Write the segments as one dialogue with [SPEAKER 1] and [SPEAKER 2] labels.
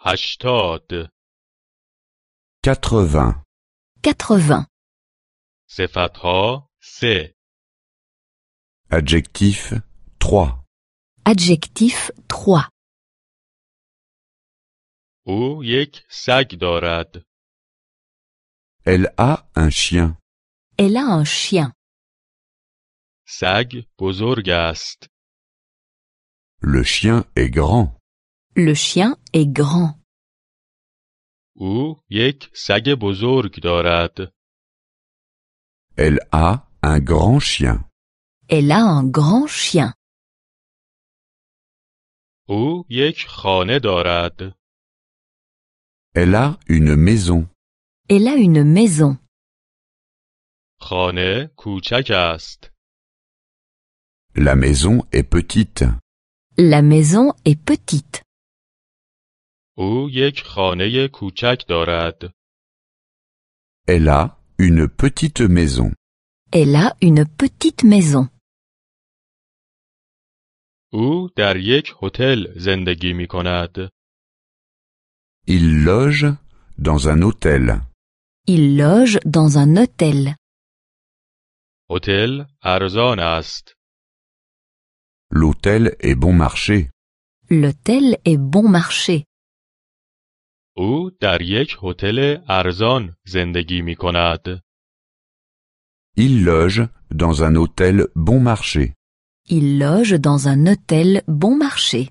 [SPEAKER 1] هشتاد
[SPEAKER 2] 80,
[SPEAKER 3] 80.
[SPEAKER 1] صفتها سه
[SPEAKER 2] adjectif 3,
[SPEAKER 3] Adjectif 3.
[SPEAKER 1] او یک سگ دارد
[SPEAKER 2] elle a un chien,
[SPEAKER 3] Elle a un chien.
[SPEAKER 1] سگ بزرگ است
[SPEAKER 2] le chien est grand,
[SPEAKER 3] Le chien est grand.
[SPEAKER 1] او یک سگ بزرگ دارد
[SPEAKER 2] elle a un grand chien,
[SPEAKER 3] Elle a un grand chien.
[SPEAKER 1] او یک خانه دارد
[SPEAKER 2] elle a une maison,
[SPEAKER 3] Elle a une maison.
[SPEAKER 1] خانه کوچک است
[SPEAKER 2] la maison est petite,
[SPEAKER 3] La maison est petite.
[SPEAKER 1] او یک خانه کوچک دارد
[SPEAKER 2] elle a une petite maison,
[SPEAKER 3] Elle a une petite maison.
[SPEAKER 1] او در یک هتل زندگی می کند
[SPEAKER 2] il loge dans un hôtel,
[SPEAKER 3] Il loge dans un hôtel.
[SPEAKER 1] هتل ارزان است
[SPEAKER 2] l'hôtel est bon marché,
[SPEAKER 3] L'hôtel est bon marché.
[SPEAKER 1] او در یک هتل ارزان زندگی می کند
[SPEAKER 2] il loge dans un hôtel bon marché,
[SPEAKER 3] Il loge dans un hôtel bon marché.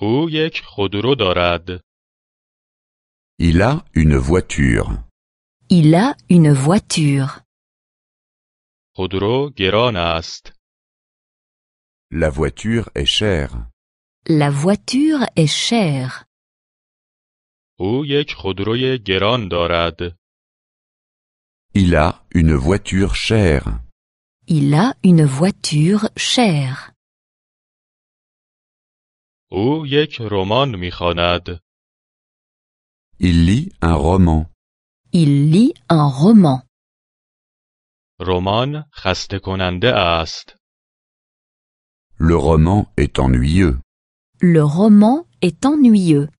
[SPEAKER 1] او یک خودرو دارد
[SPEAKER 2] il a une voiture,
[SPEAKER 3] Il a une voiture.
[SPEAKER 1] خودرو گران است
[SPEAKER 2] la voiture est chère.
[SPEAKER 3] La voiture est chère.
[SPEAKER 1] او یک خودروی گران دارد
[SPEAKER 2] Il a une voiture chère.
[SPEAKER 3] Il a une voiture chère.
[SPEAKER 1] او یک رمان میخواند
[SPEAKER 2] Il lit un roman.
[SPEAKER 3] Il lit un roman.
[SPEAKER 1] رمان خسته کننده است
[SPEAKER 2] Le roman est ennuyeux.
[SPEAKER 3] Le roman est ennuyeux.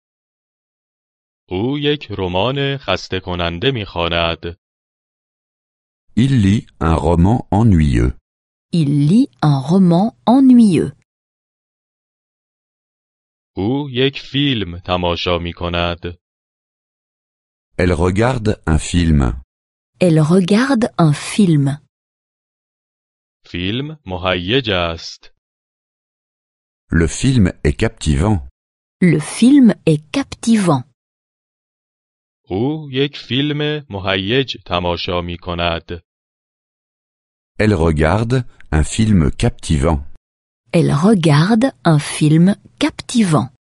[SPEAKER 1] او یک رمان خسته کننده میخواند
[SPEAKER 2] Il lit un roman ennuyeux.
[SPEAKER 3] Il lit un roman ennuyeux.
[SPEAKER 1] او یک فیلم تماشا میکند
[SPEAKER 2] Elle regarde un film.
[SPEAKER 3] Elle regarde un film.
[SPEAKER 1] فیلم مهیج است
[SPEAKER 2] Le film est captivant.
[SPEAKER 3] Le film est captivant.
[SPEAKER 1] او یک فیلم مهیج تماشا میکند
[SPEAKER 2] Elle regarde un film captivant.
[SPEAKER 3] Elle regarde un film captivant.